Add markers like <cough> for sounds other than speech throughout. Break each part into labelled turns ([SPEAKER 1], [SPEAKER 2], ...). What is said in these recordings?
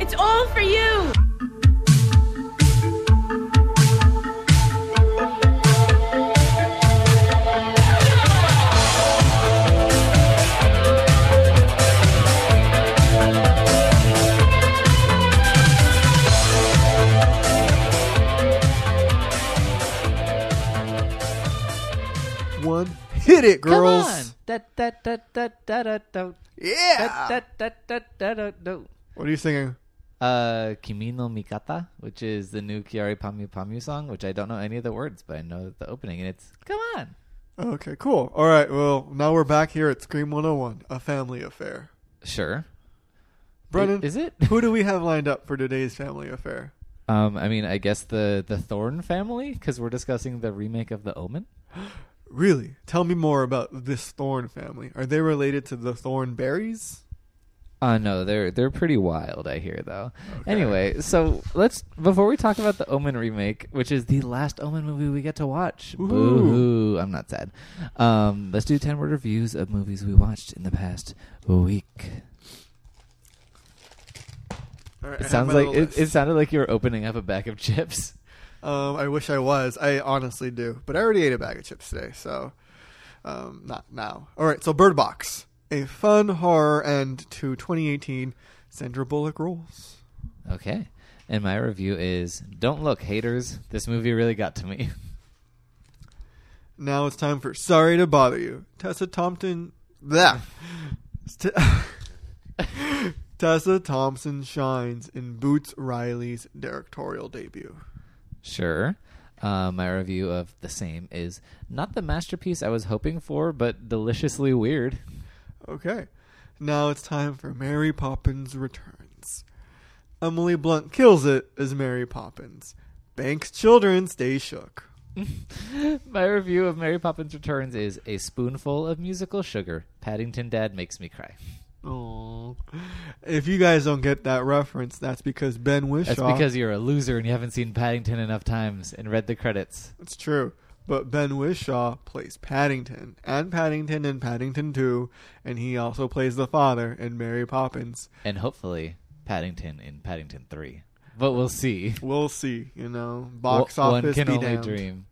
[SPEAKER 1] It's all for you.
[SPEAKER 2] One hit it, girls.
[SPEAKER 3] Come on. Da, da, da, da, da, da, da,
[SPEAKER 2] Yeah.
[SPEAKER 3] da, da, da, da, da, da.
[SPEAKER 2] What are you singing?
[SPEAKER 3] Uh, Kimino Mikata, which is the new Kiari Pamu Pamu song, which I don't know any of the words, but I know the opening, and it's come on.
[SPEAKER 2] Okay, cool. All right. Well, now we're back here at Scream 101, a family affair.
[SPEAKER 3] Sure.
[SPEAKER 2] Brennan,
[SPEAKER 3] is it?
[SPEAKER 2] who do we have lined up for today's family affair?
[SPEAKER 3] Um, I mean, I guess the the Thorn family, because we're discussing the remake of The Omen.
[SPEAKER 2] Really? Tell me more about this Thorn family. Are they related to the Thorn berries?
[SPEAKER 3] Uh no, they're they're pretty wild, I hear though. Anyway, so let's before we talk about the Omen remake, which is the last Omen movie we get to watch.
[SPEAKER 2] Woohoo.
[SPEAKER 3] Boo-hoo, I'm not sad. Um, let's do ten word reviews of movies we watched in the past week.
[SPEAKER 2] All right, I
[SPEAKER 3] It
[SPEAKER 2] have
[SPEAKER 3] sounds
[SPEAKER 2] my
[SPEAKER 3] like
[SPEAKER 2] little
[SPEAKER 3] it, it
[SPEAKER 2] list.
[SPEAKER 3] sounded like you were opening up a bag of chips.
[SPEAKER 2] Um, I wish I was. I honestly do, but I already ate a bag of chips today, so um, not now. All right. So Bird Box, a fun horror end to 2018. Sandra Bullock rules.
[SPEAKER 3] Okay. And my review is Don't look, haters. This movie really got to me. <laughs>
[SPEAKER 2] Now it's time for Sorry to Bother You. Tessa Thompson. That. <laughs> Tessa Thompson shines in Boots Riley's directorial debut.
[SPEAKER 3] Sure. Uh, my review of the same is not the masterpiece I was hoping for, but deliciously weird.
[SPEAKER 2] Okay. Now it's time for Mary Poppins Returns. Emily Blunt kills it as Mary Poppins. Banks children stay shook.
[SPEAKER 3] My review of Mary Poppins Returns is a spoonful of musical sugar. Paddington Dad makes me cry.
[SPEAKER 2] Aww. If you guys don't get that reference, that's because Ben Wishaw.
[SPEAKER 3] That's because you're a loser and you haven't seen Paddington enough times and read the credits.
[SPEAKER 2] It's true. But Ben Wishaw plays Paddington and Paddington and Paddington 2, and he also plays the father in Mary Poppins.
[SPEAKER 3] And hopefully, Paddington in Paddington 3. But we'll see.
[SPEAKER 2] We'll see, you know. Box
[SPEAKER 3] One-
[SPEAKER 2] office
[SPEAKER 3] One can
[SPEAKER 2] be
[SPEAKER 3] only
[SPEAKER 2] damned.
[SPEAKER 3] dream.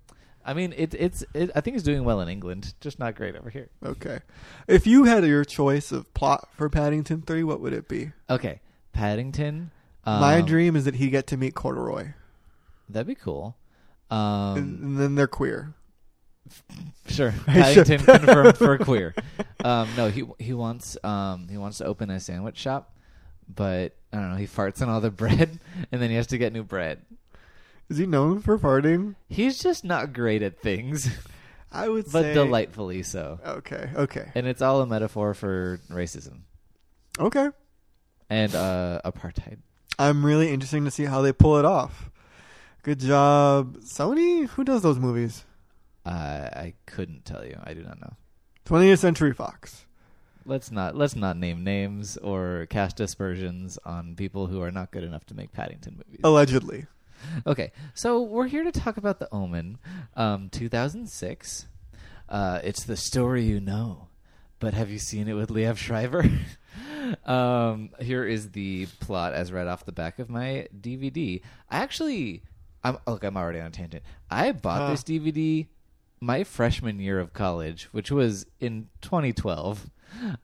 [SPEAKER 3] I mean, it, it's. It, I think it's doing well in England, just not great over here.
[SPEAKER 2] Okay. If you had your choice of plot for Paddington 3, what would it be?
[SPEAKER 3] Okay, Paddington. Um,
[SPEAKER 2] My dream is that he get to meet Corduroy.
[SPEAKER 3] That'd be cool.
[SPEAKER 2] and,
[SPEAKER 3] Um,
[SPEAKER 2] and then they're queer.
[SPEAKER 3] sure.
[SPEAKER 2] <laughs> I should-
[SPEAKER 3] Paddington confirmed for queer. Um, no, he he wants um, he wants to open a sandwich shop, but I don't know. He farts on all the <laughs> bread, and then he has to get new bread.
[SPEAKER 2] Is he known for farting?
[SPEAKER 3] He's just not great at things, <laughs>
[SPEAKER 2] I would
[SPEAKER 3] but
[SPEAKER 2] say
[SPEAKER 3] delightfully so.
[SPEAKER 2] Okay, okay.
[SPEAKER 3] And it's all a metaphor for racism
[SPEAKER 2] Okay.
[SPEAKER 3] and uh, apartheid.
[SPEAKER 2] I'm really interesting to see how they pull it off. Good job, Sony. Who does those movies?
[SPEAKER 3] Uh, I couldn't tell you. I do not know.
[SPEAKER 2] 20th Century Fox.
[SPEAKER 3] Let's not let's not name names or cast aspersions on people who are not good enough to make Paddington movies.
[SPEAKER 2] Allegedly.
[SPEAKER 3] Okay, so we're here to talk about The Omen, um, 2006. Uh, it's the story you know, but have you seen it with Liev Shriver? <laughs> um, here is the plot as read off the back of my DVD. I actually, I'm, look, I'm already on a tangent. I bought
[SPEAKER 2] Huh.
[SPEAKER 3] this DVD my freshman year of college, which was in 2012.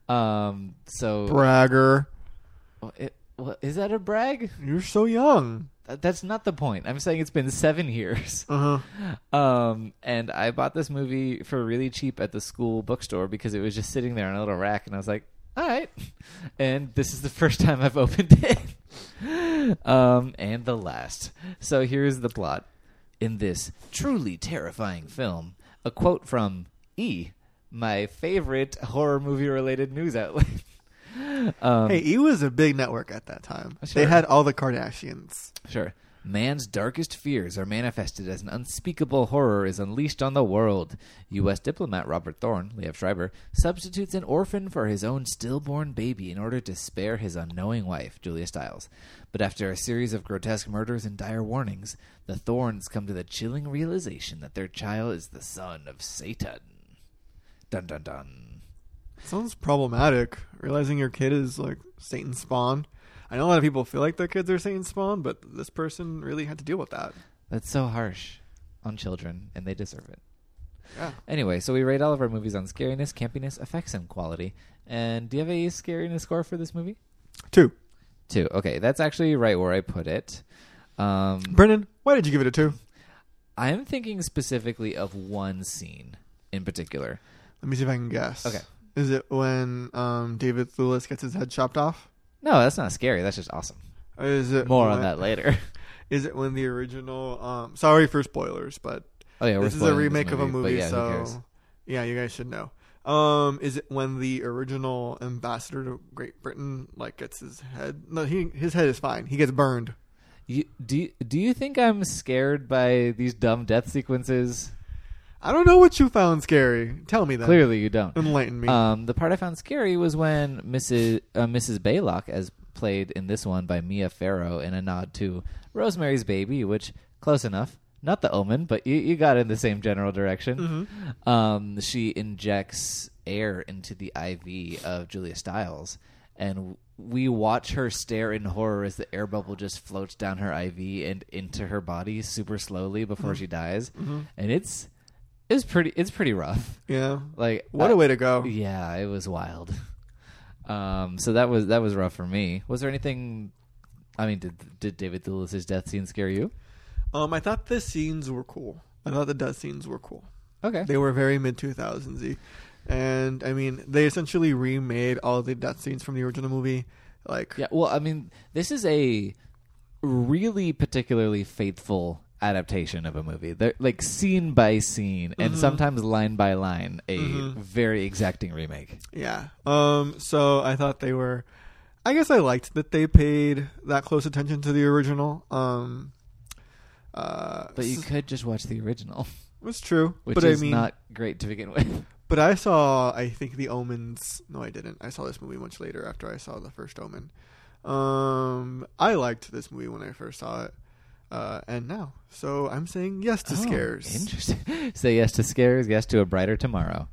[SPEAKER 3] Um, so,
[SPEAKER 2] Bragger.
[SPEAKER 3] it, well, is that a brag?
[SPEAKER 2] You're so young.
[SPEAKER 3] That- That's not the point. I'm saying it's been seven years. <laughs>
[SPEAKER 2] Uh huh.
[SPEAKER 3] Um, and I bought this movie for really cheap at the school bookstore because it was just sitting there on a little rack, and I was like, "All right." <laughs> And this is the first <laughs> time I've opened it, um, and the last. So here's the plot in this truly terrifying film. A quote from E, my favorite horror movie related news outlet. <laughs> um,
[SPEAKER 2] Hey, E was a big network at that time.
[SPEAKER 3] Sure.
[SPEAKER 2] They had all the Kardashians.
[SPEAKER 3] Sure. Man's darkest fears are manifested as an unspeakable horror is unleashed on the world. U.S. diplomat Robert Thorne, Liev Schreiber, substitutes an orphan for his own stillborn baby in order to spare his unknowing wife, Julia Stiles. But after a series of grotesque murders and dire warnings, the Thorns come to the chilling realization that their child is the son of Satan. Dun dun dun.
[SPEAKER 2] Sounds problematic, realizing your kid is like Satan spawn. I know a lot of people feel like their kids are Satan spawn, but this person really had to deal with that.
[SPEAKER 3] That's so harsh on children, and they deserve it.
[SPEAKER 2] Yeah.
[SPEAKER 3] Anyway, so we rate all of our movies on scariness, campiness, effects, and quality. And do you have a scariness score for this movie?
[SPEAKER 2] Two.
[SPEAKER 3] Two. Okay, that's actually right where I put it. Um,
[SPEAKER 2] Brennan, why did you give it a two?
[SPEAKER 3] I'm thinking specifically of one scene in particular.
[SPEAKER 2] Let me see if I can guess.
[SPEAKER 3] Okay.
[SPEAKER 2] Is it when um, David Lewis gets his head chopped off?
[SPEAKER 3] No, that's not scary. That's just awesome.
[SPEAKER 2] Or is it
[SPEAKER 3] More on
[SPEAKER 2] when-
[SPEAKER 3] that later.
[SPEAKER 2] Is it when the original? Um, sorry for spoilers, but
[SPEAKER 3] <laughs> Oh yeah, we're
[SPEAKER 2] this is a
[SPEAKER 3] spoiling
[SPEAKER 2] remake of a
[SPEAKER 3] but
[SPEAKER 2] movie,
[SPEAKER 3] yeah, who cares?
[SPEAKER 2] so yeah, you guys should know. Um, is it when the original ambassador to Great Britain like gets his head? No, he his head is fine. He gets burned.
[SPEAKER 3] You, do you, do you think I'm scared by these dumb death sequences?
[SPEAKER 2] I don't know what you found scary. Tell me that.
[SPEAKER 3] Clearly, you don't.
[SPEAKER 2] enlighten me.
[SPEAKER 3] Um, the part I found scary was when Mrs. Uh, Mrs. Baylock, as played in this one by Mia Farrow, in a nod to Rosemary's Baby, which close enough. Not the Omen, but you, you got in the same general direction.
[SPEAKER 2] Mm-hmm.
[SPEAKER 3] Um, she injects air into the IV of Julia Stiles, and we watch her stare in horror as the air bubble just floats down her IV and into her body super slowly before
[SPEAKER 2] Mm-hmm.
[SPEAKER 3] she dies. And it's it's pretty it's pretty rough.
[SPEAKER 2] yeah.
[SPEAKER 3] Like
[SPEAKER 2] What
[SPEAKER 3] I-
[SPEAKER 2] a way to go.
[SPEAKER 3] yeah, it was wild. Um, so that was that was rough for me. Was there anything? I mean, did did David Thewlis's death scene scare you?
[SPEAKER 2] Um, I thought the scenes were cool. I thought the death scenes were cool.
[SPEAKER 3] Okay,
[SPEAKER 2] They were very mid 2000s y. And I mean, they essentially remade all the death scenes from the original movie. Like,
[SPEAKER 3] yeah. Well, I mean, this is a really particularly faithful adaptation of a movie. They're like scene by scene, and
[SPEAKER 2] Mm-hmm.
[SPEAKER 3] sometimes line by line, a very exacting remake.
[SPEAKER 2] yeah. Um, so I thought they were. I guess I liked that they paid that close attention to the original. Um, uh,
[SPEAKER 3] But you
[SPEAKER 2] s-
[SPEAKER 3] could just watch the original, <laughs>
[SPEAKER 2] it was true.
[SPEAKER 3] which
[SPEAKER 2] but
[SPEAKER 3] is
[SPEAKER 2] I mean,
[SPEAKER 3] not great to begin with.
[SPEAKER 2] But I saw, I think, The Omens. No, I didn't. I saw this movie much later after I saw the first Omen. Um, I liked this movie when I first saw it, uh, and now. So I'm saying yes to
[SPEAKER 3] Oh,
[SPEAKER 2] scares.
[SPEAKER 3] Interesting. <laughs> Say yes to scares, yes to a brighter tomorrow.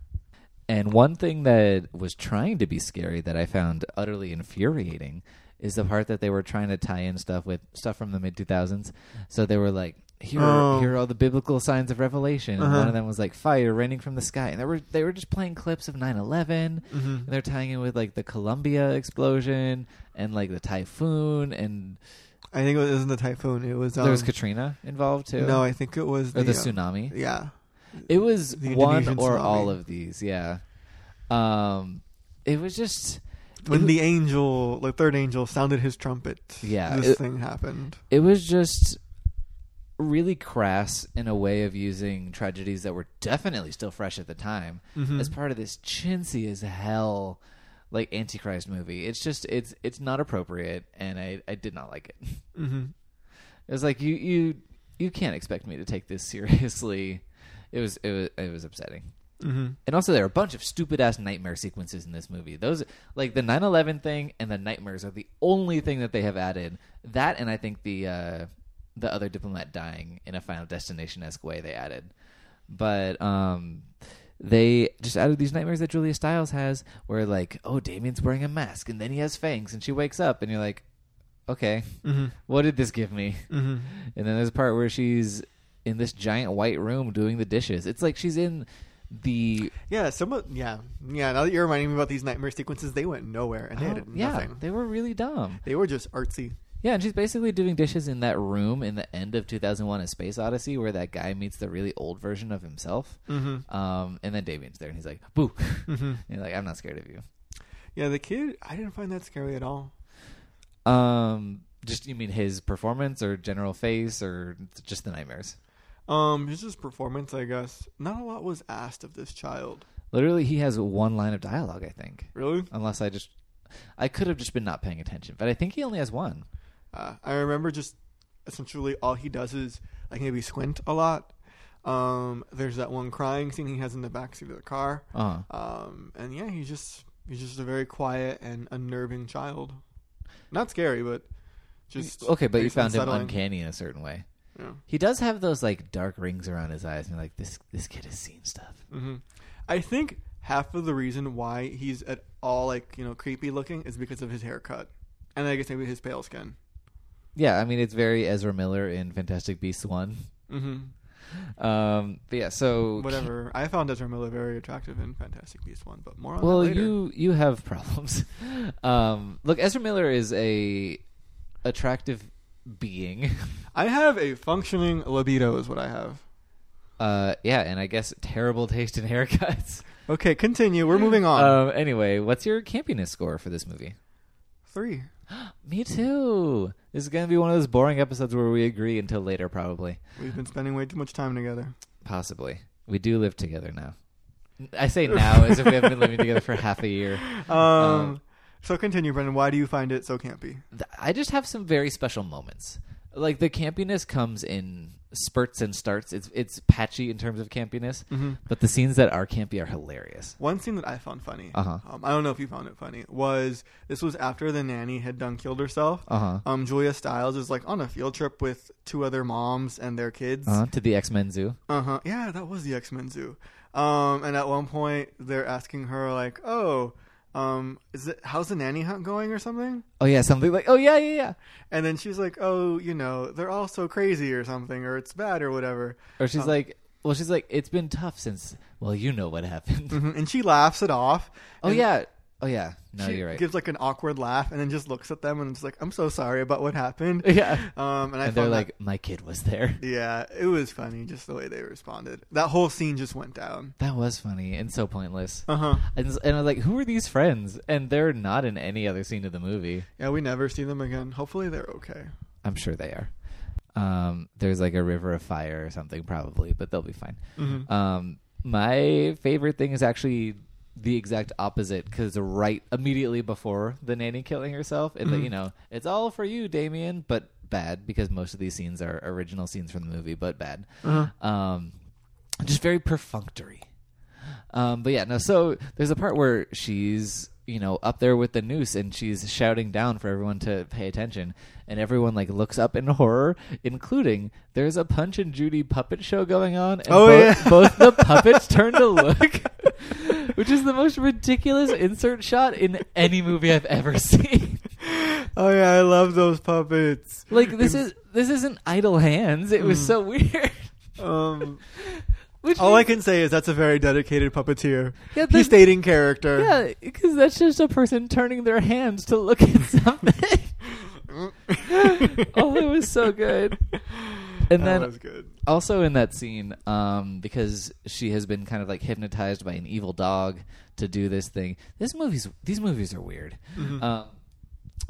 [SPEAKER 3] And one thing that was trying to be scary that I found utterly infuriating is the part that they were trying to tie in stuff with stuff from the mid 2000s. So they were like, here, are,
[SPEAKER 2] Oh.
[SPEAKER 3] here are all the biblical signs of revelation. And
[SPEAKER 2] Uh-huh.
[SPEAKER 3] one of them was like fire raining from the sky. And they were they were just playing clips of 9/11
[SPEAKER 2] Mm-hmm.
[SPEAKER 3] and they're tying in with like the Columbia explosion and like the typhoon and
[SPEAKER 2] I think it wasn't the typhoon. It was um,
[SPEAKER 3] there was Katrina involved too.
[SPEAKER 2] No, I think it was
[SPEAKER 3] or the
[SPEAKER 2] uh,
[SPEAKER 3] tsunami.
[SPEAKER 2] yeah,
[SPEAKER 3] It was
[SPEAKER 2] The
[SPEAKER 3] one
[SPEAKER 2] Indonesian
[SPEAKER 3] or
[SPEAKER 2] tsunami.
[SPEAKER 3] all of these, yeah. Um, it was just,
[SPEAKER 2] when the angel, the third angel, sounded his trumpet.
[SPEAKER 3] Yeah,
[SPEAKER 2] this
[SPEAKER 3] it-
[SPEAKER 2] thing happened.
[SPEAKER 3] it was just really crass in a way of using tragedies that were definitely still fresh at the time
[SPEAKER 2] Mm-hmm.
[SPEAKER 3] as part of this chintzy as hell, like Antichrist movie. It's just, it's it's not appropriate, and I I did not like it.
[SPEAKER 2] Mm-hmm.
[SPEAKER 3] It was like you you you can't expect me to take this <laughs> seriously. It was it was it was upsetting.
[SPEAKER 2] Mm-hmm.
[SPEAKER 3] And also, there are a bunch of stupid ass nightmare sequences in this movie. Those, like the 9 11 thing and the nightmares, are the only thing that they have added. That and I think the uh, the other diplomat dying in a Final Destination esque way they added. But um, they just added these nightmares that Julia Stiles has where, like, oh, Damien's wearing a mask and then he has fangs and she wakes up and you're like, okay,
[SPEAKER 2] Mm-hmm.
[SPEAKER 3] what did this give me?
[SPEAKER 2] Mm-hmm.
[SPEAKER 3] And then there's a part where she's in this giant white room doing the dishes. It's like she's in the
[SPEAKER 2] Yeah, some of- yeah, yeah. Now that you're reminding me about these nightmare sequences, they went nowhere and they
[SPEAKER 3] Oh,
[SPEAKER 2] added
[SPEAKER 3] yeah,
[SPEAKER 2] nothing.
[SPEAKER 3] they were really dumb.
[SPEAKER 2] They were just artsy.
[SPEAKER 3] Yeah, and she's basically doing dishes in that room in the end of 2001: A Space Odyssey, where that guy meets the really old version of himself.
[SPEAKER 2] Mm-hmm.
[SPEAKER 3] Um, and then Damien's there, and he's like, "Boo!" <laughs>
[SPEAKER 2] Mhm.
[SPEAKER 3] You're like, "I'm not scared of you."
[SPEAKER 2] Yeah, the kid. I didn't find that scary at all.
[SPEAKER 3] Um, just you mean his performance or general face or just the nightmares?
[SPEAKER 2] Um, just his performance, I guess. Not a lot was asked of this child.
[SPEAKER 3] Literally, he has one line of dialogue, I think.
[SPEAKER 2] Really?
[SPEAKER 3] Unless I just, I could have just been not paying attention, but I think he only has one.
[SPEAKER 2] Uh, I remember just essentially all he does is like maybe squint a lot. Um, there's that one crying scene he has in the backseat of the car.
[SPEAKER 3] Uh,
[SPEAKER 2] Um, and yeah, he's just he's just a very quiet and unnerving child. Not scary, but just
[SPEAKER 3] okay, but
[SPEAKER 2] very
[SPEAKER 3] you found him
[SPEAKER 2] unsettling.
[SPEAKER 3] uncanny in a certain way.
[SPEAKER 2] Yeah.
[SPEAKER 3] He does have those like dark rings around his eyes, and you're
[SPEAKER 2] Mm.
[SPEAKER 3] like, this this kid has seen stuff.
[SPEAKER 2] hmm I think half of the reason why he's at all like you know creepy looking is because of his haircut, and I guess maybe his pale skin.
[SPEAKER 3] Yeah, I mean it's very Ezra Miller in Fantastic Beasts one.
[SPEAKER 2] Mm-hmm.
[SPEAKER 3] Um, but yeah, so
[SPEAKER 2] Whatever. I found Ezra Miller very attractive in Fantastic Beast one, but more on
[SPEAKER 3] Well,
[SPEAKER 2] that later.
[SPEAKER 3] you you have problems. <laughs> Um, look, Ezra Miller is a attractive being. <laughs>
[SPEAKER 2] I have a functioning libido, is what I have.
[SPEAKER 3] Uh, yeah, and I guess terrible taste in haircuts.
[SPEAKER 2] Okay, continue. We're moving on.
[SPEAKER 3] Um, anyway, what's your campiness score for this movie?
[SPEAKER 2] Three.
[SPEAKER 3] Me too. This is gonna be one of those boring episodes where we agree until later, probably,
[SPEAKER 2] We've been spending way too much time together.
[SPEAKER 3] possibly. We do live together now. I say now as if we haven't been living together for half a year.
[SPEAKER 2] <laughs> Um, so continue, Brendan. Why do you find it so campy?
[SPEAKER 3] th- I just have some very special moments. Like the campiness comes in spurts and starts. It's it's patchy in terms of campiness, but the scenes that are campy are hilarious.
[SPEAKER 2] One scene that I found funny,
[SPEAKER 3] Uh-huh.
[SPEAKER 2] um, I don't know if you found it funny, was this was after the nanny had done killed herself.
[SPEAKER 3] Uh huh.
[SPEAKER 2] Um, Julia Stiles is like on a field trip with two other moms and their kids.
[SPEAKER 3] Uh-huh. To the X Men Zoo.
[SPEAKER 2] Uh huh. Yeah, that was the X Men Zoo. Um, and at one point they're asking her like, "Oh, um, is it how's the nanny hunt going or something?"
[SPEAKER 3] Oh yeah, something like oh yeah yeah yeah.
[SPEAKER 2] And then she's like, "Oh, you know, they're all so crazy or something, or it's bad or whatever."
[SPEAKER 3] Or she's like, well, she's like, it's been tough since. Well, you know what happened.
[SPEAKER 2] hmm And she laughs it off.
[SPEAKER 3] Oh
[SPEAKER 2] And
[SPEAKER 3] yeah, oh yeah. No,
[SPEAKER 2] she
[SPEAKER 3] you're right.
[SPEAKER 2] Gives like an awkward laugh and then just looks at them and is like, "I'm so sorry about what happened."
[SPEAKER 3] <laughs> <laughs> yeah.
[SPEAKER 2] Um, and I
[SPEAKER 3] And they're
[SPEAKER 2] found that-
[SPEAKER 3] like, my kid was there.
[SPEAKER 2] <laughs> "Yeah, it was funny just the way they responded. That whole scene just went down."
[SPEAKER 3] That was funny and so pointless.
[SPEAKER 2] Uh huh.
[SPEAKER 3] And, s- and I was like, who are these friends? And they're not in any other scene of the movie.
[SPEAKER 2] Yeah, we never see them again. Hopefully, they're
[SPEAKER 3] <laughs>
[SPEAKER 2] okay.
[SPEAKER 3] I'm sure they are. Um, there's like a river of fire or something probably, but they'll be fine.
[SPEAKER 2] Mhm.
[SPEAKER 3] Um, my favorite thing is actually the exact opposite because right immediately before the nanny killing herself, and the, you know, it's all for you, Damien, but bad because most of these scenes are original scenes from the movie, but bad. Um, just very perfunctory. Um, but yeah, no. So there's a part where she's you know up there with the noose and she's shouting down for everyone to pay attention, and everyone like looks up in horror, including there's a Punch and Judy puppet show going on, and
[SPEAKER 2] Oh,
[SPEAKER 3] both,
[SPEAKER 2] yeah.
[SPEAKER 3] <laughs> both the puppets turn to look, <laughs> which is the most ridiculous insert shot in any movie I've ever <laughs> seen.
[SPEAKER 2] Oh yeah, I love those puppets.
[SPEAKER 3] like this is this isn't idle hands. It was so weird. <laughs>
[SPEAKER 2] Um,
[SPEAKER 3] Which
[SPEAKER 2] all I
[SPEAKER 3] means-
[SPEAKER 2] can say is that's a very dedicated puppeteer.
[SPEAKER 3] Yeah,
[SPEAKER 2] He
[SPEAKER 3] the-
[SPEAKER 2] stayed in character.
[SPEAKER 3] Yeah, because that's just a person turning their hands to
[SPEAKER 2] <laughs>
[SPEAKER 3] look at something. oh, it was so good. <gasps> And
[SPEAKER 2] that
[SPEAKER 3] then
[SPEAKER 2] was good.
[SPEAKER 3] also in that scene, um, because she has been kind of like hypnotized by an evil dog to do this thing. This movie's these movies are weird.
[SPEAKER 2] Mm-hmm.
[SPEAKER 3] Um,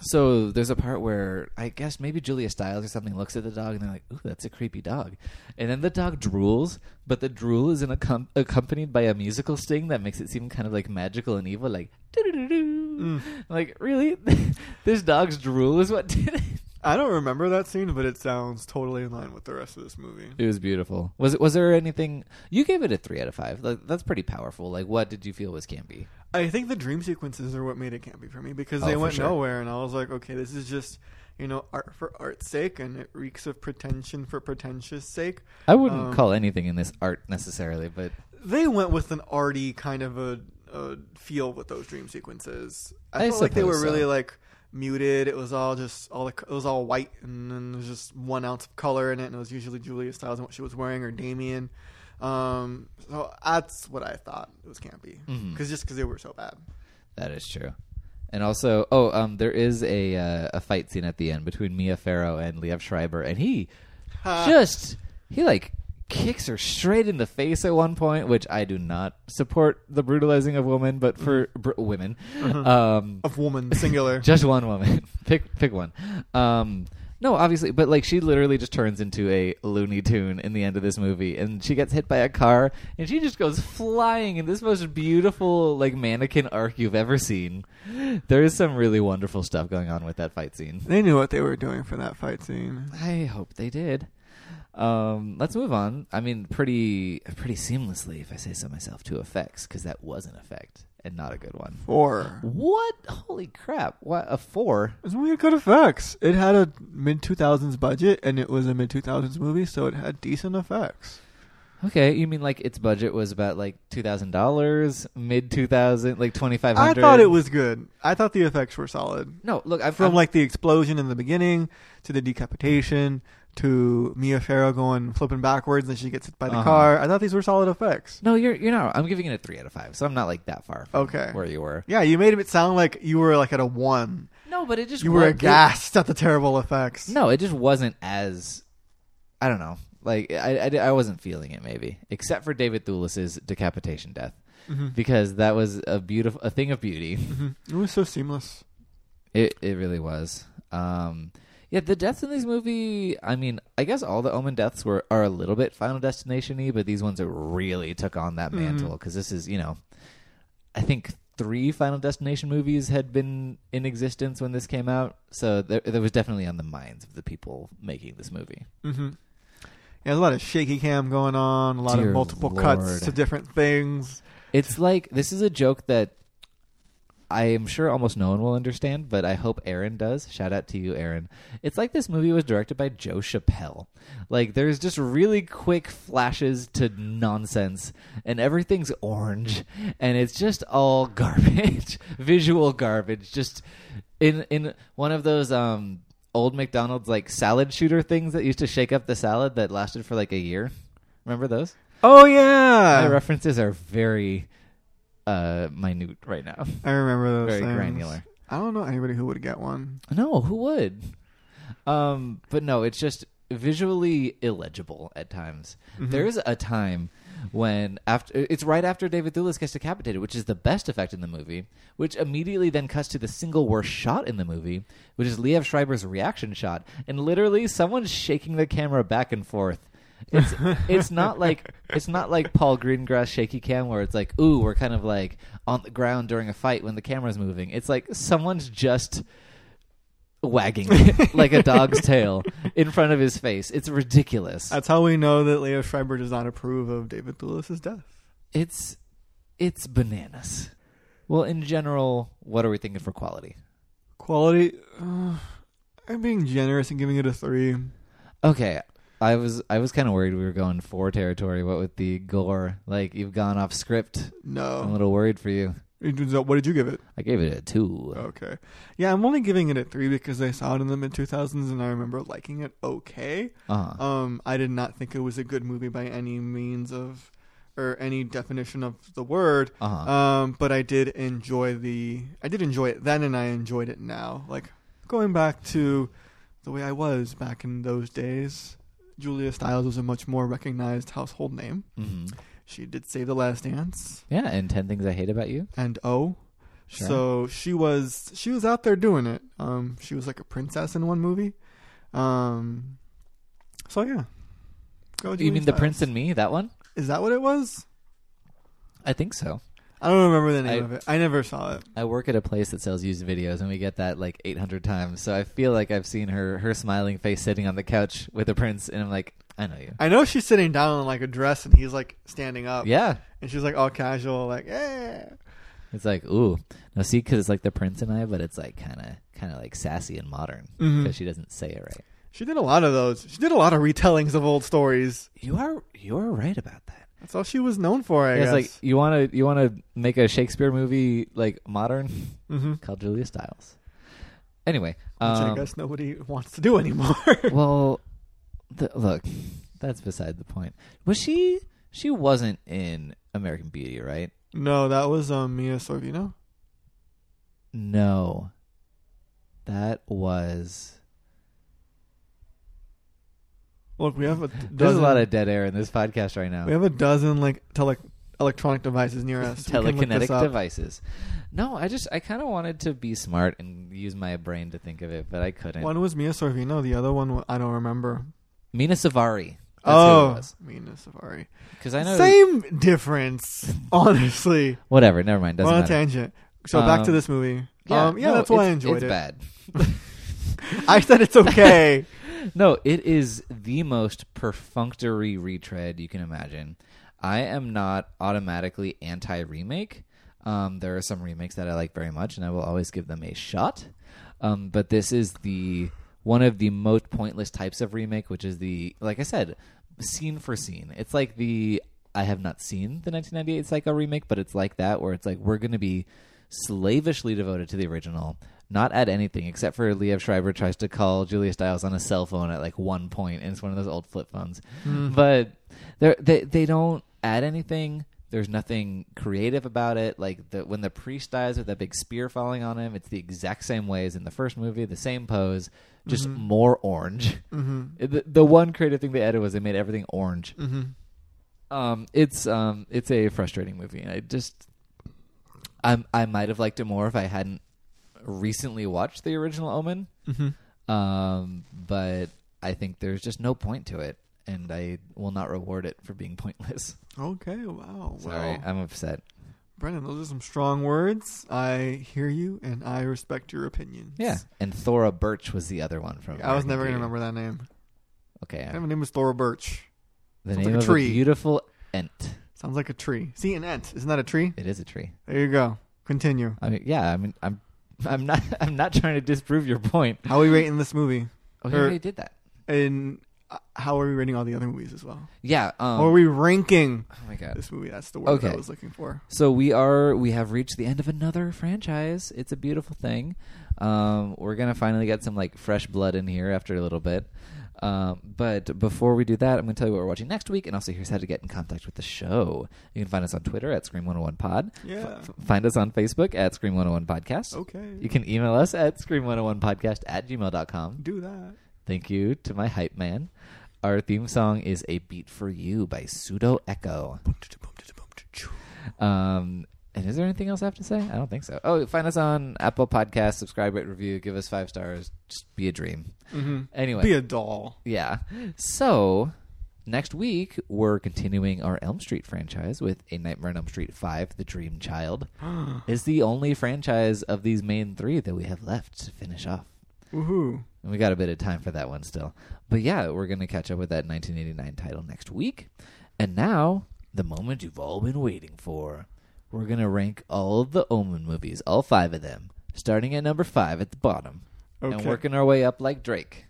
[SPEAKER 3] so there's a part where I guess maybe Julia Stiles or something looks at the dog and they're like, "Ooh, that's a creepy dog," and then the dog drools, but the drool is in accom- accompanied by a musical sting that makes it seem kind of like magical and evil, like
[SPEAKER 2] Mm.
[SPEAKER 3] doo-doo-doo-doo. Like really, <laughs> this dog's drool is what did it.
[SPEAKER 2] I don't remember that scene, but it sounds totally in line with the rest of this movie.
[SPEAKER 3] It was beautiful. Was it? Was there anything you gave it a three out of five? Like, that's pretty powerful. Like, what did you feel was campy?
[SPEAKER 2] I think the dream sequences are what made it campy for me because
[SPEAKER 3] Oh,
[SPEAKER 2] they
[SPEAKER 3] for
[SPEAKER 2] went
[SPEAKER 3] sure.
[SPEAKER 2] nowhere, and I was like, okay, this is just you know art for art's sake, and it reeks of pretension for pretentious sake.
[SPEAKER 3] I wouldn't
[SPEAKER 2] Um,
[SPEAKER 3] call anything in this art necessarily, but
[SPEAKER 2] They went with an arty kind of a, a feel with those dream sequences. I,
[SPEAKER 3] I
[SPEAKER 2] felt like they were
[SPEAKER 3] suppose
[SPEAKER 2] really
[SPEAKER 3] so.
[SPEAKER 2] like muted. It was all just all the, it was all white, and then there's just one ounce of color in it, and it was usually Julia Stiles and what she was wearing or Damien. Um, so that's what I thought it was campy because
[SPEAKER 3] Mhm.
[SPEAKER 2] just because they were so bad.
[SPEAKER 3] that is true. And also, oh, um, there is a uh, a fight scene at the end between Mia Farrow and Liev Schreiber, and he
[SPEAKER 2] Ha.
[SPEAKER 3] just he like kicks her straight in the face at one point, which I do not support the brutalizing of women, but for br- women, um,
[SPEAKER 2] Mm-hmm. of woman singular.
[SPEAKER 3] <laughs> just one woman. pick pick one. Um no, obviously, but like she literally just turns into a Looney Tune in the end of this movie, and she gets hit by a car, and she just goes flying in this most beautiful like mannequin arc you've ever seen. There is some really wonderful stuff going on with that fight scene.
[SPEAKER 2] they knew what they were doing for that fight scene.
[SPEAKER 3] I hope they did. Um, let's move on. I mean, pretty pretty seamlessly, if I say so myself, to effects because that was an effect and not a good one.
[SPEAKER 2] Four.
[SPEAKER 3] What? Holy crap! What a four.
[SPEAKER 2] It's really good effects. It had a mid two thousands budget, and it was a mid two thousands movie, so it had decent effects.
[SPEAKER 3] Okay, you mean like its budget was about like two thousand dollars, mid two thousand, like twenty five
[SPEAKER 2] I
[SPEAKER 3] hundred.
[SPEAKER 2] thought it was good. I thought the effects were solid.
[SPEAKER 3] no. Look, I'm,
[SPEAKER 2] From
[SPEAKER 3] I'm-
[SPEAKER 2] like the explosion in the beginning to the decapitation to Mia Farrow going flipping backwards and she gets hit by the
[SPEAKER 3] Uh-huh.
[SPEAKER 2] car. I thought these were solid effects.
[SPEAKER 3] no, you're you're not. I'm giving it a three out of five, so I'm not like that far. From
[SPEAKER 2] Okay.
[SPEAKER 3] where you were.
[SPEAKER 2] Yeah, you made it sound like you were like at a one.
[SPEAKER 3] No, but it just
[SPEAKER 2] You were
[SPEAKER 3] wa- it-
[SPEAKER 2] aghast at the terrible effects.
[SPEAKER 3] No, it just wasn't as. I don't know. Like I, I, I wasn't feeling it maybe, except for David Thewlis's decapitation death, because that was a beautiful a thing of beauty.
[SPEAKER 2] Mm-hmm.
[SPEAKER 3] <laughs>
[SPEAKER 2] It was so seamless.
[SPEAKER 3] It it really was. Um, yeah, the deaths in this movie. I mean, I guess all the Omen deaths were are a little bit Final Destination y, but these ones that really took on that mantle because this is you know, I think three Final Destination movies had been in existence when this came out, so there, there was definitely on the minds of the people making this movie.
[SPEAKER 2] Mm-hmm. Yeah, there's a lot of shaky cam going on, a lot
[SPEAKER 3] Dear
[SPEAKER 2] of multiple
[SPEAKER 3] Lord.
[SPEAKER 2] cuts to different things.
[SPEAKER 3] It's like this is a joke that I am sure almost no one will understand, but I hope Aaron does. Shout out to you, Aaron. It's like this movie was directed by Joe Chappelle. Like there's just really quick flashes to nonsense, and everything's orange, and it's just all <laughs> garbage, visual garbage. Just in in one of those um old McDonald's like salad shooter things that used to shake up the salad that lasted for like a year. Remember those?
[SPEAKER 2] Oh yeah,
[SPEAKER 3] My references are very uh, minute right now.
[SPEAKER 2] I remember those.
[SPEAKER 3] Very
[SPEAKER 2] things.
[SPEAKER 3] granular.
[SPEAKER 2] I don't know anybody who would get one.
[SPEAKER 3] No, who would? Um, but no, it's just visually illegible at times. There's a time when after it's right after David Thewlis gets decapitated, which is the best effect in the movie, which immediately then cuts to the single worst shot in the movie, which is Liev Schreiber's reaction shot, and literally someone's shaking the camera back and forth. It's it's not like it's not like Paul Greengrass shaky cam where it's like ooh we're kind of like on the ground during a fight when the camera's moving. It's like someone's just wagging it like a dog's tail in front of his face. It's ridiculous.
[SPEAKER 2] That's how we know that Leo Schreiber does not approve of David Thewlis's death.
[SPEAKER 3] It's it's bananas. Well, in general, what are we thinking for quality?
[SPEAKER 2] Quality. Uh, I'm being generous and giving it a three.
[SPEAKER 3] Okay, I was I was kind of worried we were going for territory. What with the gore, like you've gone off script. I'm a
[SPEAKER 2] No.
[SPEAKER 3] little worried for you.
[SPEAKER 2] It was- What did you give it?
[SPEAKER 3] I gave it a two.
[SPEAKER 2] Okay. Yeah, I'm only giving it a three because I saw it in the mid 2000s and I remember liking it okay.
[SPEAKER 3] Uh-huh.
[SPEAKER 2] Um, I did not think it was a good movie by any means of, or any definition of the word.
[SPEAKER 3] Uh-huh.
[SPEAKER 2] Um, but I did enjoy the. I did enjoy it then, and I enjoyed it now. Like going back to the way I was back in those days. Julia Stiles was a much more recognized household name.
[SPEAKER 3] hmm
[SPEAKER 2] She did save the Last Dance
[SPEAKER 3] Yeah, and ten things I hate about you.
[SPEAKER 2] and Oh.
[SPEAKER 3] Sure.
[SPEAKER 2] So she was she was out there doing it. Um, she was like a princess in one movie. Um, so yeah. Go
[SPEAKER 3] you
[SPEAKER 2] Julia
[SPEAKER 3] mean the
[SPEAKER 2] Stiles.
[SPEAKER 3] Prince and Me? That one?
[SPEAKER 2] Is that what it was?
[SPEAKER 3] I think so.
[SPEAKER 2] I don't remember the name
[SPEAKER 3] I-
[SPEAKER 2] of it. I never saw it.
[SPEAKER 3] I work at a place that sells used videos, and we get that like 800 times. So I feel like I've seen her her smiling face sitting on the couch with a prince, and I'm like, I know you.
[SPEAKER 2] I know she's sitting down in like a dress and he's like standing up.
[SPEAKER 3] Yeah.
[SPEAKER 2] And she's like all casual, like, yeah.
[SPEAKER 3] It's like, ooh, no, see, because it's like the prince and I, but it's like kind of kind of like sassy and modern
[SPEAKER 2] Mhm.
[SPEAKER 3] because she doesn't say it right.
[SPEAKER 2] She did a lot of those. She did a lot of retellings of old stories.
[SPEAKER 3] You are you are right about that.
[SPEAKER 2] That's all she was known for, I
[SPEAKER 3] it's
[SPEAKER 2] guess.
[SPEAKER 3] like you want to you want to make a Shakespeare movie like modern <laughs>
[SPEAKER 2] mm-hmm.
[SPEAKER 3] called Julia Stiles. Anyway,
[SPEAKER 2] Which I
[SPEAKER 3] um,
[SPEAKER 2] guess nobody wants to do anymore. <laughs>
[SPEAKER 3] well, the, look, that's beside the point. Was she? She wasn't in American Beauty, right?
[SPEAKER 2] no, that was um, Mia Sorvino.
[SPEAKER 3] No, that was.
[SPEAKER 2] Look, we have a dozen,
[SPEAKER 3] <laughs> There's a lot of dead air in this podcast right now.
[SPEAKER 2] we have a dozen like tele electronic devices near us. We can look this
[SPEAKER 3] telekinetic
[SPEAKER 2] up.
[SPEAKER 3] devices. No, I just I kind of wanted to be smart and use my brain to think of it, but I couldn't.
[SPEAKER 2] One was Mia Sorvino. The other one wa- I don't remember.
[SPEAKER 3] Mina Savari. That's who it
[SPEAKER 2] oh,
[SPEAKER 3] was.
[SPEAKER 2] Mia Safari.
[SPEAKER 3] 'Cause I know.
[SPEAKER 2] Same difference, <laughs> honestly.
[SPEAKER 3] Whatever. Never mind.
[SPEAKER 2] We're
[SPEAKER 3] Doesn't
[SPEAKER 2] on a
[SPEAKER 3] matter.
[SPEAKER 2] tangent. So back to
[SPEAKER 3] Um,
[SPEAKER 2] this movie. Yeah, um, yeah
[SPEAKER 3] no,
[SPEAKER 2] that's why I
[SPEAKER 3] it's-
[SPEAKER 2] enjoyed
[SPEAKER 3] it's
[SPEAKER 2] it.
[SPEAKER 3] bad.
[SPEAKER 2] <laughs> I said
[SPEAKER 3] <laughs>
[SPEAKER 2] it's okay.
[SPEAKER 3] No, it is the most perfunctory retread you can imagine. I am not automatically anti remake. Um, there are some remakes that I like very much, and I will always give them a shot. Um, but this is the one of the most pointless types of remake, which is the like I said, scene for scene. It's like the I have not seen the 1998 Psycho remake, but it's like that where it's like we're going to be slavishly devoted to the original, not add anything except for Liev Schreiber tries to call Julia Stiles on a cell phone at like one point, and it's one of those old flip phones. But they're- they they don't add anything. There's nothing creative about it. Like the, when the priest dies with that big spear falling on him, it's the exact same way as in the first movie, the same pose, just more orange. <laughs> The, the one creative thing they added was they made everything orange.
[SPEAKER 2] Mm-hmm.
[SPEAKER 3] Um, it's um, it's a frustrating movie. and I just, I I might have liked it more if I hadn't recently watched the original Omen.
[SPEAKER 2] Mm-hmm.
[SPEAKER 3] Um, but I think there's just no point to it, and I will not reward it for being pointless. <laughs>
[SPEAKER 2] Okay. Wow.
[SPEAKER 3] Sorry,
[SPEAKER 2] wow.
[SPEAKER 3] I'm upset.
[SPEAKER 2] Brendan, those are some strong words. I hear you, and I respect your opinions.
[SPEAKER 3] Yeah, and Thora Birch was the other one from.
[SPEAKER 2] I was
[SPEAKER 3] American
[SPEAKER 2] never gonna
[SPEAKER 3] Beauty.
[SPEAKER 2] remember that name.
[SPEAKER 3] Okay,
[SPEAKER 2] My name is Thora Birch.
[SPEAKER 3] the
[SPEAKER 2] sounds
[SPEAKER 3] name
[SPEAKER 2] like a
[SPEAKER 3] of
[SPEAKER 2] tree.
[SPEAKER 3] a beautiful ant.
[SPEAKER 2] Sounds like a tree. See, an ant. Isn't that a tree?
[SPEAKER 3] It is a tree.
[SPEAKER 2] There you go. Continue.
[SPEAKER 3] I mean, yeah. I mean, I'm, <laughs> I'm not, I'm not trying to disprove your point.
[SPEAKER 2] How are we rating this movie?
[SPEAKER 3] Oh, he
[SPEAKER 2] Or-
[SPEAKER 3] already did that.
[SPEAKER 2] And uh, how are we rating all the other movies as well?
[SPEAKER 3] Yeah. Um,
[SPEAKER 2] How are we ranking
[SPEAKER 3] oh my god.
[SPEAKER 2] this movie? That's the word that I
[SPEAKER 3] Okay.
[SPEAKER 2] was looking for.
[SPEAKER 3] So we are we have reached the end of another franchise. It's a beautiful thing. Um, we're gonna finally get some like fresh blood in here after a little bit. Um, but before we do that, I'm gonna tell you what we're watching next week, and also here's how to get in contact with the show. You can find us on Twitter at Scream 101 Pod.
[SPEAKER 2] Yeah.
[SPEAKER 3] Find us on Facebook at Scream 101 Podcast.
[SPEAKER 2] Okay.
[SPEAKER 3] You can email us at Scream 101 Podcast at gmail.com.
[SPEAKER 2] do that.
[SPEAKER 3] Thank you to my hype man. Our theme song is A Beat for You by Pseudo Echo. Um, and is there anything else I have to say? I don't think so. Oh, find us on Apple Podcasts, subscribe, rate, review, give us five stars. Just be a dream.
[SPEAKER 2] Mm-hmm.
[SPEAKER 3] Anyway,
[SPEAKER 2] Be a doll. <gasps>
[SPEAKER 3] yeah. So next week we're continuing our Elm Street franchise with A Nightmare on Elm Street Five: The Dream
[SPEAKER 2] <gasps>
[SPEAKER 3] Child. It's the only franchise of these main three that we have left to finish off.
[SPEAKER 2] Woohoo.
[SPEAKER 3] And we got a bit of time for that one still. But yeah, we're going to catch up with that 1989 title next week. And now, the moment you've all been waiting for. We're going to rank all of the Omen movies, all five of them, starting at number five at the bottom
[SPEAKER 2] Okay.
[SPEAKER 3] and working our way up like Drake.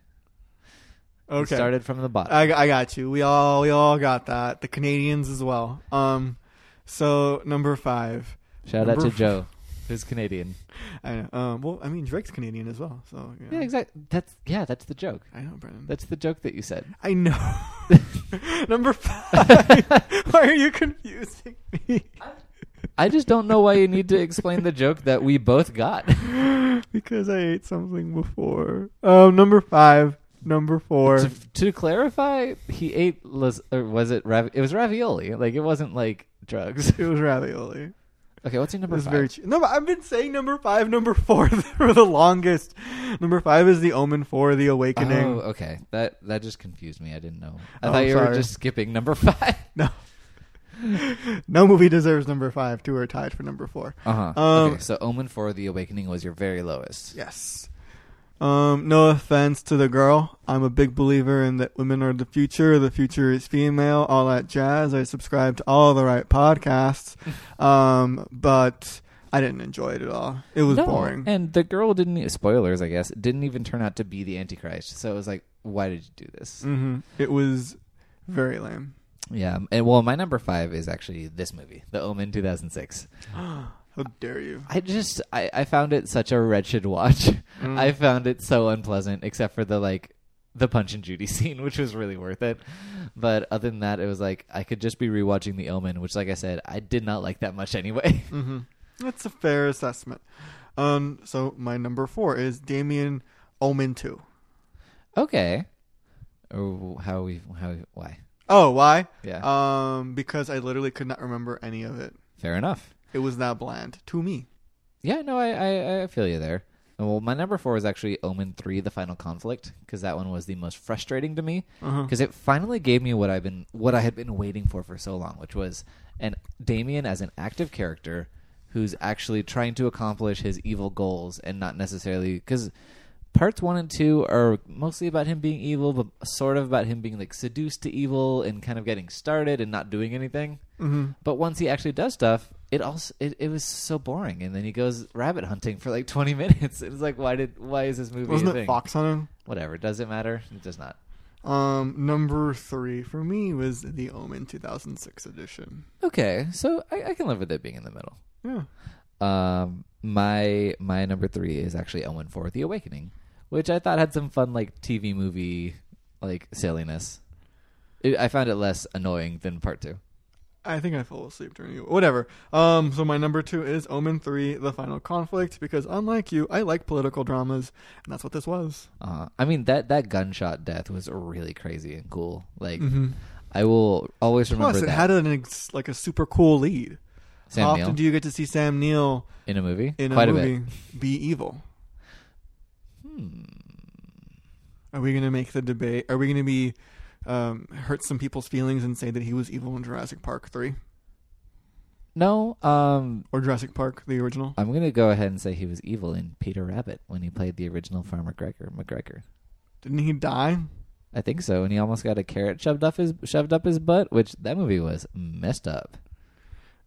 [SPEAKER 3] We
[SPEAKER 2] okay.
[SPEAKER 3] started from the bottom.
[SPEAKER 2] I, I got you. We all we all got that. The Canadians as well. Um, so number five.
[SPEAKER 3] Shout out
[SPEAKER 2] number
[SPEAKER 3] to
[SPEAKER 2] f-
[SPEAKER 3] Joe, who's Canadian.
[SPEAKER 2] I know. Um, well, I mean Drake's Canadian as well. So you know.
[SPEAKER 3] Yeah, exactly. That's yeah, that's the joke.
[SPEAKER 2] I know, Brendan.
[SPEAKER 3] That's the joke that you said.
[SPEAKER 2] I
[SPEAKER 3] <laughs>
[SPEAKER 2] know. number five. Why are you confusing me?
[SPEAKER 3] I just don't know why you need to explain the joke that we both got.
[SPEAKER 2] because I ate something before. Um, number five. Number four.
[SPEAKER 3] to, to clarify, he ate las- or was it ravi- it was ravioli? Like it wasn't like drugs.
[SPEAKER 2] It was ravioli.
[SPEAKER 3] <laughs> okay, what's your number
[SPEAKER 2] That's
[SPEAKER 3] five?
[SPEAKER 2] very cheap. No, but I've been saying number five, number four <laughs> for the longest. Number five is the Omen Four, The Awakening.
[SPEAKER 3] oh, okay. That that just confused me. I didn't know. I
[SPEAKER 2] Oh,
[SPEAKER 3] thought you were
[SPEAKER 2] sorry.
[SPEAKER 3] just skipping number <laughs> five.
[SPEAKER 2] No. no movie deserves number five. Two are tied for number four.
[SPEAKER 3] Uh huh.
[SPEAKER 2] Um,
[SPEAKER 3] okay, so Omen for the Awakening was your very lowest.
[SPEAKER 2] Yes. Um, no offense to the girl. I'm a big believer in that women are the future. The future is female. All that jazz. I subscribe to all the right podcasts.
[SPEAKER 3] <laughs>
[SPEAKER 2] Um, but I didn't enjoy it at all. It was
[SPEAKER 3] No,
[SPEAKER 2] boring.
[SPEAKER 3] And the girl didn't. e- Spoilers, I guess. Didn't even turn out to be the Antichrist. So it was like, why did you do this?
[SPEAKER 2] hmm It was very lame.
[SPEAKER 3] Yeah. And well, my number five is actually this movie, The Omen, two thousand six.
[SPEAKER 2] How dare you?
[SPEAKER 3] I just I, I found it such a wretched watch.
[SPEAKER 2] Mm.
[SPEAKER 3] I found it so unpleasant, except for the like the Punch and Judy <laughs> scene, which was really worth it. But other than that, it was like I could just be rewatching The Omen, which, like I said, I did not like that much <laughs> anyway.
[SPEAKER 2] Mm-hmm. That's a fair assessment. Um, so my number four is Damien Omen Two.
[SPEAKER 3] okay. Oh, how we how we- why?
[SPEAKER 2] Oh, why?
[SPEAKER 3] Yeah,
[SPEAKER 2] Um, because I literally could not remember any of it.
[SPEAKER 3] fair enough.
[SPEAKER 2] It was that bland to me.
[SPEAKER 3] Yeah, no, I, I I feel you there. And, Well, my number four is actually Omen three: The Final Conflict, because that one was the most frustrating to me.
[SPEAKER 2] Uh-huh.
[SPEAKER 3] because it finally gave me what I've been what I had been waiting for for so long, which was an Damien as an active character who's actually trying to accomplish his evil goals and not necessarily because parts one and two are mostly about him being evil, but sort of about him being like seduced to evil and kind of getting started and not doing anything.
[SPEAKER 2] Mhm.
[SPEAKER 3] But once he actually does stuff, it also it, it was so boring. And then he goes rabbit hunting for like <laughs> twenty minutes. It's like why did why is this movie a
[SPEAKER 2] Wasn't it
[SPEAKER 3] thing?
[SPEAKER 2] Fox on him?
[SPEAKER 3] Whatever, does it matter? It does not.
[SPEAKER 2] Um, number three for me was The Omen 2006 edition.
[SPEAKER 3] Okay, so I, I can live with it being in the middle.
[SPEAKER 2] Yeah.
[SPEAKER 3] Um, my my number three is actually Owen for The Awakening, which I thought had some fun like TV movie like silliness. It, I found it less annoying than part two.
[SPEAKER 2] I think I fell asleep during you. Whatever. Um, so my number two is Omen 3, The Final Conflict, because unlike you, I like political dramas, and that's what this was.
[SPEAKER 3] Uh, I mean that that gunshot death was really crazy and cool. Like
[SPEAKER 2] Mm-hmm.
[SPEAKER 3] I will always remember
[SPEAKER 2] Plus, it
[SPEAKER 3] that
[SPEAKER 2] had an ex- like a super cool lead. How
[SPEAKER 3] Sam
[SPEAKER 2] often
[SPEAKER 3] Neill
[SPEAKER 2] do you get to see Sam Neill
[SPEAKER 3] in a movie
[SPEAKER 2] in
[SPEAKER 3] quite
[SPEAKER 2] a
[SPEAKER 3] a,
[SPEAKER 2] movie
[SPEAKER 3] bit.
[SPEAKER 2] be evil?
[SPEAKER 3] Hmm.
[SPEAKER 2] Are we going to make the debate? Are we going to be um, hurt some people's feelings and say that he was evil in Jurassic Park 3
[SPEAKER 3] No, um,
[SPEAKER 2] or Jurassic Park the original?
[SPEAKER 3] I'm gonna go ahead and say he was evil in Peter Rabbit when he played the original Farmer Gregor McGregor.
[SPEAKER 2] Didn't he die?
[SPEAKER 3] I think so, and he almost got a carrot shoved up his shoved up his butt, which that movie was messed up.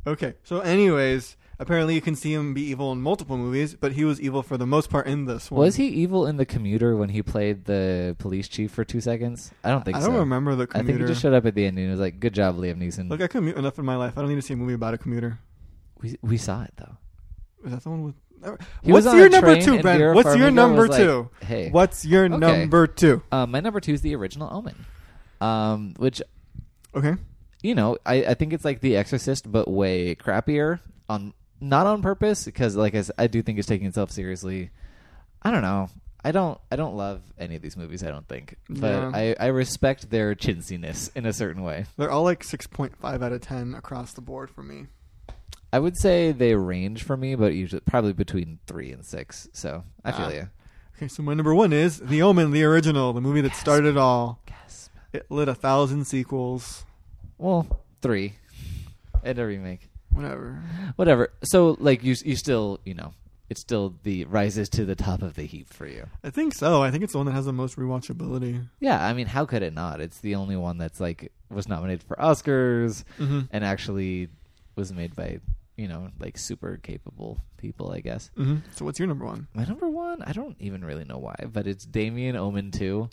[SPEAKER 2] Okay. So, anyways, apparently you can see him be evil in multiple movies, but he was evil for the most part in this one.
[SPEAKER 3] Was he evil in the commuter when he played the police chief for two seconds? I don't think
[SPEAKER 2] I
[SPEAKER 3] so.
[SPEAKER 2] don't remember the
[SPEAKER 3] I think
[SPEAKER 2] commuter.
[SPEAKER 3] he just showed up at the end and was like, "Good job, Liam Neeson."
[SPEAKER 2] Look, I commute enough in my life. I don't need to see a movie about a commuter.
[SPEAKER 3] we we saw it though.
[SPEAKER 2] Is that the one with? uh,
[SPEAKER 3] He
[SPEAKER 2] What's
[SPEAKER 3] was on
[SPEAKER 2] your
[SPEAKER 3] a
[SPEAKER 2] number
[SPEAKER 3] train
[SPEAKER 2] two,
[SPEAKER 3] and
[SPEAKER 2] Ben?
[SPEAKER 3] Vera
[SPEAKER 2] What's your
[SPEAKER 3] Farmiga
[SPEAKER 2] number
[SPEAKER 3] was like,
[SPEAKER 2] two?
[SPEAKER 3] Hey,
[SPEAKER 2] What's your
[SPEAKER 3] Okay.
[SPEAKER 2] number two?
[SPEAKER 3] Uh, my number two is the original Omen, um, which
[SPEAKER 2] Okay.
[SPEAKER 3] you know, I, I think it's like The Exorcist, but way crappier on not on purpose because, like I, s- I do think it's taking itself seriously. I don't know. I don't. I don't love any of these movies. I don't think, but
[SPEAKER 2] Yeah.
[SPEAKER 3] I, I respect their chintziness in a certain way.
[SPEAKER 2] They're all like 6.5 out of 10 across the board for me.
[SPEAKER 3] I would say they range for me, but usually probably between three and six. So I feel
[SPEAKER 2] Ah.
[SPEAKER 3] you.
[SPEAKER 2] Okay, so my number one is The Omen, the original, the movie that
[SPEAKER 3] Gasp.
[SPEAKER 2] started it all.
[SPEAKER 3] Gasp.
[SPEAKER 2] It lit a thousand sequels.
[SPEAKER 3] Well, three and a remake.
[SPEAKER 2] Whatever.
[SPEAKER 3] Whatever. So like you, s- you still you know it's still the rises to the top of the heap for you.
[SPEAKER 2] I think so. I think it's the one that has the most rewatchability.
[SPEAKER 3] Yeah, I mean, how could it not? It's the only one that's like was nominated for Oscars
[SPEAKER 2] Mm-hmm.
[SPEAKER 3] and actually was made by you know like super capable people, I guess.
[SPEAKER 2] hmm So what's your number one?
[SPEAKER 3] My number one, I don't even really know why, but it's Damien Omen two.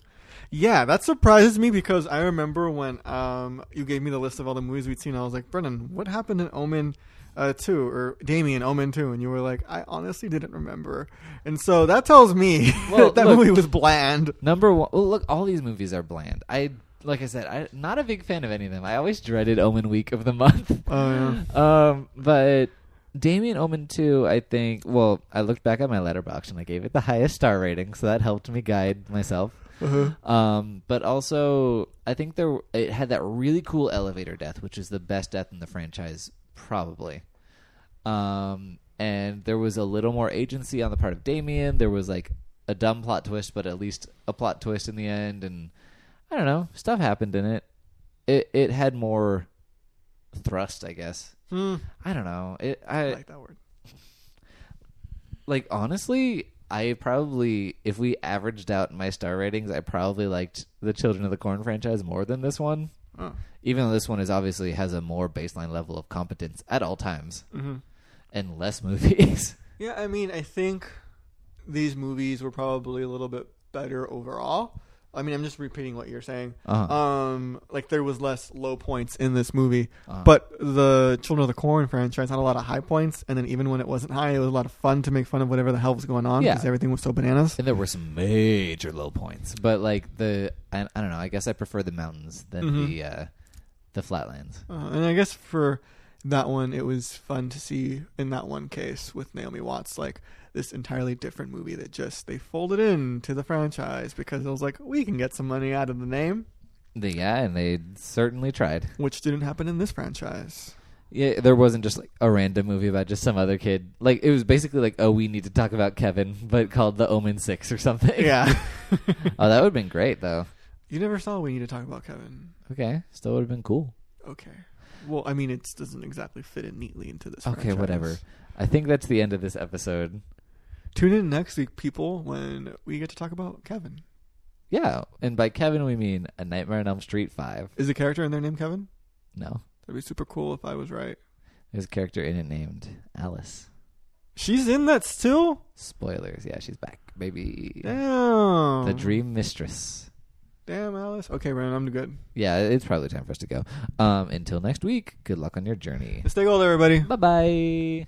[SPEAKER 2] Yeah, that surprises me because I remember when um, you gave me the list of all the movies we'd seen. I was like, Brennan, what happened in Omen uh, 2 or Damien Omen 2? And you were like, I honestly didn't remember. And so that tells me
[SPEAKER 3] Well,
[SPEAKER 2] <laughs> that
[SPEAKER 3] look-
[SPEAKER 2] movie was bland.
[SPEAKER 3] Number one, well, look, all these movies are bland. I like I said, I not a big fan of any of them. I always dreaded Omen week of the month. <laughs>
[SPEAKER 2] Oh,
[SPEAKER 3] um, but Damien Omen 2, I think, well, I looked back at my letterbox and I gave it the highest star rating, so that helped me guide myself.
[SPEAKER 2] Uh-huh.
[SPEAKER 3] Um, but also, I think there it had that really cool elevator death, which is the best death in the franchise, probably. Um, and there was a little more agency on the part of Damien. There was like a dumb plot twist, but at least a plot twist in the end. And I don't know, stuff happened in it. It it had more thrust, I guess.
[SPEAKER 2] Hmm.
[SPEAKER 3] I don't know. It
[SPEAKER 2] I
[SPEAKER 3] I
[SPEAKER 2] like that word.
[SPEAKER 3] like honestly, I probably if we averaged out my star ratings, I probably liked the Children of the Corn franchise more than this one.
[SPEAKER 2] Oh.
[SPEAKER 3] Even though this one is obviously has a more baseline level of competence at all times
[SPEAKER 2] Mm-hmm.
[SPEAKER 3] and less <laughs> movies.
[SPEAKER 2] Yeah, I mean, I think these movies were probably a little bit better overall. I mean, I'm just repeating what you're saying.
[SPEAKER 3] Uh-huh.
[SPEAKER 2] Um, like there was less low points in this movie,
[SPEAKER 3] Uh-huh.
[SPEAKER 2] but the Children of the Corn franchise had a lot of high points, and then even when it wasn't high, it was a lot of fun to make fun of whatever the hell was going on
[SPEAKER 3] Yeah.
[SPEAKER 2] because everything was so bananas.
[SPEAKER 3] and there were some major low points, but like the I, I don't know. I guess I prefer the mountains than
[SPEAKER 2] Mhm.
[SPEAKER 3] the uh, the flatlands.
[SPEAKER 2] Uh, and I guess for that one, it was fun to see in that one case with Naomi Watts, like this entirely different movie that just they folded in to the franchise because it was like we can get some money out of the name.
[SPEAKER 3] The, yeah, and they certainly tried.
[SPEAKER 2] which didn't happen in this franchise.
[SPEAKER 3] Yeah, there wasn't just like a random movie about just some other kid. Like it was basically like, oh, we need to talk about Kevin, <laughs> but called The Omen Six or something.
[SPEAKER 2] Yeah.
[SPEAKER 3] <laughs> oh, that would have been great though.
[SPEAKER 2] you never saw We Need to Talk About Kevin.
[SPEAKER 3] Okay, still would have been cool.
[SPEAKER 2] Okay. Well, I mean, it doesn't exactly fit in neatly into this.
[SPEAKER 3] Okay,
[SPEAKER 2] franchise.
[SPEAKER 3] whatever. I think that's the end of this episode.
[SPEAKER 2] Tune in next week, people, when we get to talk about Kevin.
[SPEAKER 3] Yeah, and by Kevin we mean A Nightmare on Elm Street Five.
[SPEAKER 2] Is the character in there named Kevin?
[SPEAKER 3] No,
[SPEAKER 2] That'd be super cool if I was right.
[SPEAKER 3] there's a character in it named Alice.
[SPEAKER 2] She's in that still?
[SPEAKER 3] Spoilers. Yeah, she's back, baby.
[SPEAKER 2] Damn.
[SPEAKER 3] The Dream Mistress.
[SPEAKER 2] Damn, Alice. Okay, Brandon, I'm good.
[SPEAKER 3] Yeah, it's probably time for us to go. Um, until next week, good luck on your journey.
[SPEAKER 2] Stay gold, everybody.
[SPEAKER 3] Bye bye.